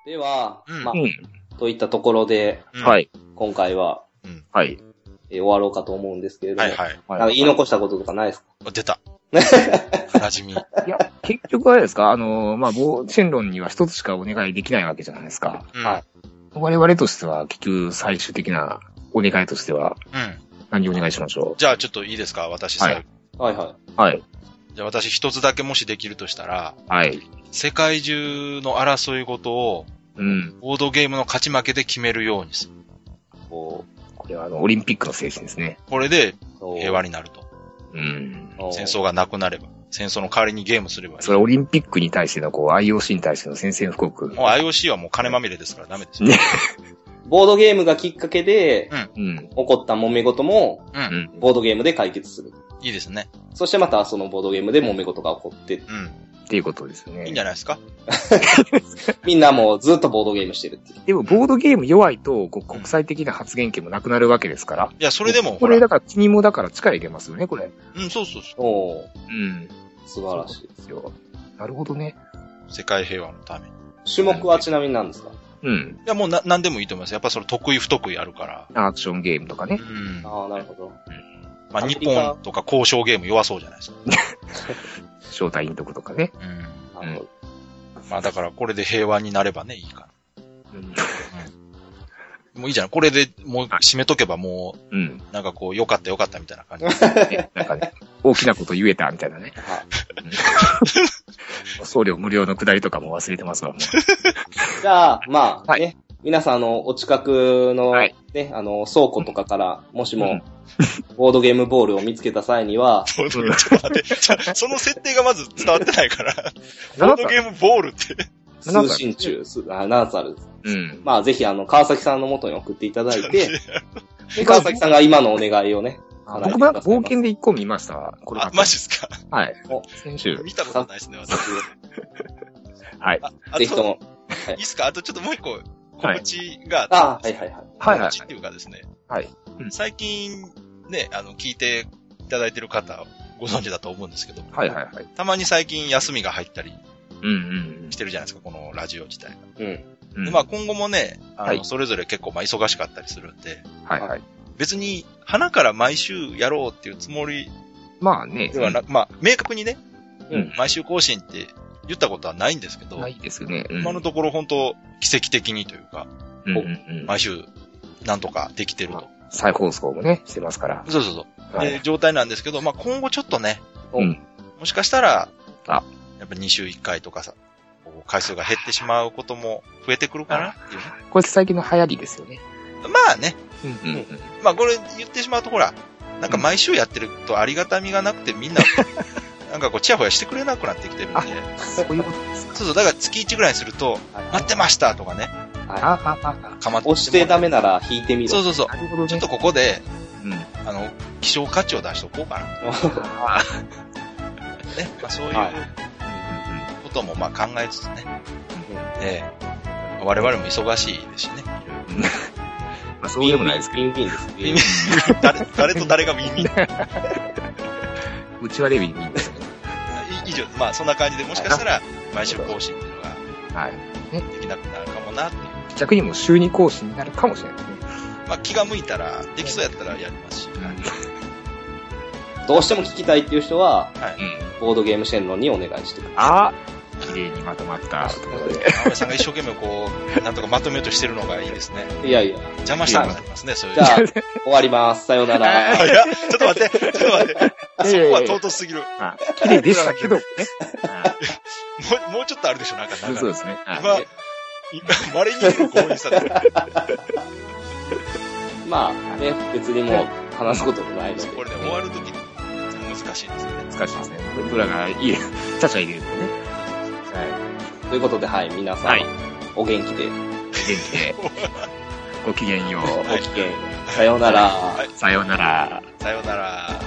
Speaker 2: では、
Speaker 4: うん。
Speaker 2: まあ、
Speaker 3: う
Speaker 2: といったところで、
Speaker 3: ん。はいい。
Speaker 2: 今回は、
Speaker 3: はい。
Speaker 2: えー終わろうかと思うんですけれども、
Speaker 4: はいはい。
Speaker 2: なんか言い残したこととかないですか
Speaker 4: あ 出た。なじみ。
Speaker 3: いや、結局あれですか、あの、まあ、ボーチェンロンには一つしかお願いできないわけじゃないですか。
Speaker 4: うん
Speaker 2: はい。
Speaker 3: 我々としては、結局最終的なお願いとしては、
Speaker 4: うん。
Speaker 3: 何をお願いしましょ
Speaker 4: じゃあちょっといいですか私最後、
Speaker 3: はい
Speaker 2: はいは
Speaker 3: う。はい。
Speaker 4: じゃあ私一つだけもしできるとしたら、
Speaker 3: はい。
Speaker 4: 世界中の争い事を
Speaker 3: うん。
Speaker 4: ボードゲームの勝ち負けで決めるようにする。
Speaker 3: こう、これはあの、オリンピックの精神ですね。
Speaker 4: これで
Speaker 2: いそう。
Speaker 4: 平和になると。
Speaker 3: うん。
Speaker 2: お
Speaker 4: 戦争がなくなれば。戦争の代わりにゲームすればいい。
Speaker 3: それはオリンピックに対しての、こう、IOC に対しての宣戦布告。
Speaker 4: もう IOC はもう金まみれですからダメですよ。
Speaker 3: ね。
Speaker 2: ボードゲームがきっかけで、
Speaker 3: うん。
Speaker 2: 起こった揉め事も、
Speaker 4: う。
Speaker 3: うんん。
Speaker 2: ボードゲームで解決する。
Speaker 4: いいですね。
Speaker 2: そしてまたそのボードゲームで揉め事が起こって、
Speaker 4: うん。
Speaker 3: っていうことですよね。
Speaker 4: いいんじゃないですか
Speaker 2: みんなもうずっとボードゲームしてるっていう。
Speaker 3: でも、ボードゲーム弱いと、こう、国際的な発言権もなくなるわけですから。
Speaker 4: いや、それでも、
Speaker 3: こ
Speaker 4: ほ
Speaker 3: れ、
Speaker 4: ら
Speaker 3: だ。から、君もだから力いけますよね、これ。
Speaker 4: うん、そうそうそ
Speaker 2: おー
Speaker 3: うん。
Speaker 2: 素晴らしい。
Speaker 3: ですよ。なるほどね。
Speaker 4: う。世界平和のために。い
Speaker 2: 種目はちなみに何ですか
Speaker 3: うん。
Speaker 4: や、もうな、なんでもいいと思います。やっぱその得意不得意あるから。
Speaker 3: アクションゲームとかね
Speaker 4: う。ん。ま
Speaker 2: ああ、なるほど。
Speaker 4: あ、日本とか交渉ゲーム弱そうじゃないですか。
Speaker 3: 招待隠匿とかね。
Speaker 4: うん。
Speaker 2: なるほど。
Speaker 4: まあだからこれで平和になればね、いいか
Speaker 3: うん。
Speaker 4: ら。もういいじゃん。これでもう締めとけばも
Speaker 3: うん。
Speaker 4: う、なんかこう、よかったよかったみたいな 感じ。
Speaker 3: ねなんかね、 大きなこと言えたみたいなね。
Speaker 2: はい。
Speaker 3: 送料無料のくだりとか も忘れてますわ、もう
Speaker 2: じゃあ、まあ、
Speaker 3: はい
Speaker 2: ね、皆さんあのお近くの
Speaker 3: はい
Speaker 2: ね、あの、倉庫とかから、もし
Speaker 3: う
Speaker 2: も
Speaker 3: ん、
Speaker 2: ボードゲームボールを見つけた際には、
Speaker 4: ボードゲームちょっと待ってちょ、その設定がまず伝わってないから、ボードゲームボールって、
Speaker 2: 通信中、すあ7つある。
Speaker 3: うん。
Speaker 2: まあ、ぜひ、あの、川崎さんの元に送っていただいて、で川崎さんが今のお願いをね、
Speaker 3: あ僕もなんか冒険で一個見ました。これ
Speaker 4: あ、マジっすか
Speaker 3: はい
Speaker 2: お。
Speaker 3: 先週。
Speaker 4: 見たことないですね、私。
Speaker 3: はい。
Speaker 4: あ、あと、
Speaker 2: ぜ
Speaker 4: い
Speaker 2: ひとも。
Speaker 4: いっすかあとちょっともう一個、告知があ
Speaker 2: ああ、は
Speaker 4: ったん
Speaker 2: い
Speaker 4: です
Speaker 2: はいはい。
Speaker 3: はいはい
Speaker 4: 告知っていうかですね、
Speaker 3: はい。うん
Speaker 4: 最近、ね、あの、聞いていただいてる方、ご存知だと思うんですけど、
Speaker 3: はいはいはい。
Speaker 4: たまに最近休みが入ったり
Speaker 3: うんうん
Speaker 4: してるじゃないですか、このラジオ自体が。
Speaker 2: うん。
Speaker 3: うん。
Speaker 4: でまあ今後もね、あの、
Speaker 3: はい
Speaker 4: それぞれ結構まあ忙しかったりするんで、
Speaker 3: はいはい。
Speaker 4: 別に、花から毎週やろうっていうつもり
Speaker 3: まあね。
Speaker 4: ではなく、まあ、明確にね、
Speaker 3: うん
Speaker 4: 毎週更新って言ったことはないんですけど、
Speaker 3: ないですね。うん
Speaker 4: 今のところ本当奇跡的にというか、
Speaker 3: うんうんうん
Speaker 4: 毎週なんとかできてると。
Speaker 3: 再放送もね、してますから。
Speaker 4: そうそうそう。
Speaker 3: は
Speaker 4: で、
Speaker 3: い。
Speaker 4: 状態なんですけど、まあ今後ちょっとね、
Speaker 3: うん
Speaker 4: もしかしたら、
Speaker 3: あ
Speaker 4: やっぱ2週1回とかさ、こう回数が減ってしまうことも増えてくるかなっていうね、
Speaker 3: これ最近の流行りですよね。
Speaker 4: まあね、
Speaker 3: うんうんうん。
Speaker 4: まあこれ言ってしまうとほら、なんか毎週やってるとありがたみがなくて みんな、なんかこうチヤホヤしてくれなくなってきてるんで、
Speaker 3: あそういうことですか。
Speaker 4: そうそう、だから月1ぐらいにすると、待ってましたとかね、
Speaker 3: ああ、あ
Speaker 4: かまっても
Speaker 2: 押してダメなら引いてみろ。
Speaker 4: そうそうそう
Speaker 3: あ、。なるほどね。
Speaker 4: ちょっとここで、
Speaker 3: うん。
Speaker 4: あの、希少価値を出しておこうかな。ね。
Speaker 3: ああ
Speaker 4: まあそうい
Speaker 2: はいう
Speaker 4: こともまあ考えつつね。ええ我々も忙しいですしね。
Speaker 3: まあそうでもないですけ
Speaker 2: ビンビンです。
Speaker 4: ビンビ誰、誰と誰がビンビン。い
Speaker 3: ど、うちはレビューにいいんですよね。
Speaker 4: 以上、まあそんな感じで、もしかしたら毎週更新っていうのが
Speaker 3: はい。
Speaker 4: できなくなるかもなっていう。
Speaker 3: 逆にもう週2更新になるかもしれないですね。
Speaker 4: まあ気が向いたら、できそうやったらやりますし。
Speaker 2: どうしても聞きたいっていう人は、
Speaker 3: うん。
Speaker 2: ボードゲームシェンロンにお願いしてくだ
Speaker 3: あ綺麗にまとまったところで。
Speaker 4: 青江さんが一生懸命こう、なんとかまとめようとしてるのがいいですね。
Speaker 2: さい。いやいや。
Speaker 4: 邪魔したくなりますね、そういう。
Speaker 2: じゃあ、終わります。さようなら。
Speaker 4: あいや、ちょっと待って、ちょっと待って。そこは尊すぎる。も
Speaker 3: まあ綺麗でしたけどね。
Speaker 4: う、もうちょっとあるでしょ、なんか、なんか
Speaker 3: そうですね。
Speaker 4: 今
Speaker 3: はい、
Speaker 4: まれにも強引される。
Speaker 2: まあ、ね、別にもう話すこともないので。
Speaker 4: これね、終わるとき難しいですね。
Speaker 3: 難しいですね。ブラがいい、ちゃちゃ入れるんでね。は
Speaker 2: ということで、はい、皆さん、
Speaker 3: はい
Speaker 2: お元気で、
Speaker 3: い。元気で。 ごきげんよ。
Speaker 2: ご機嫌、さようなら。
Speaker 4: はいう
Speaker 3: さようなら。
Speaker 4: さようなら。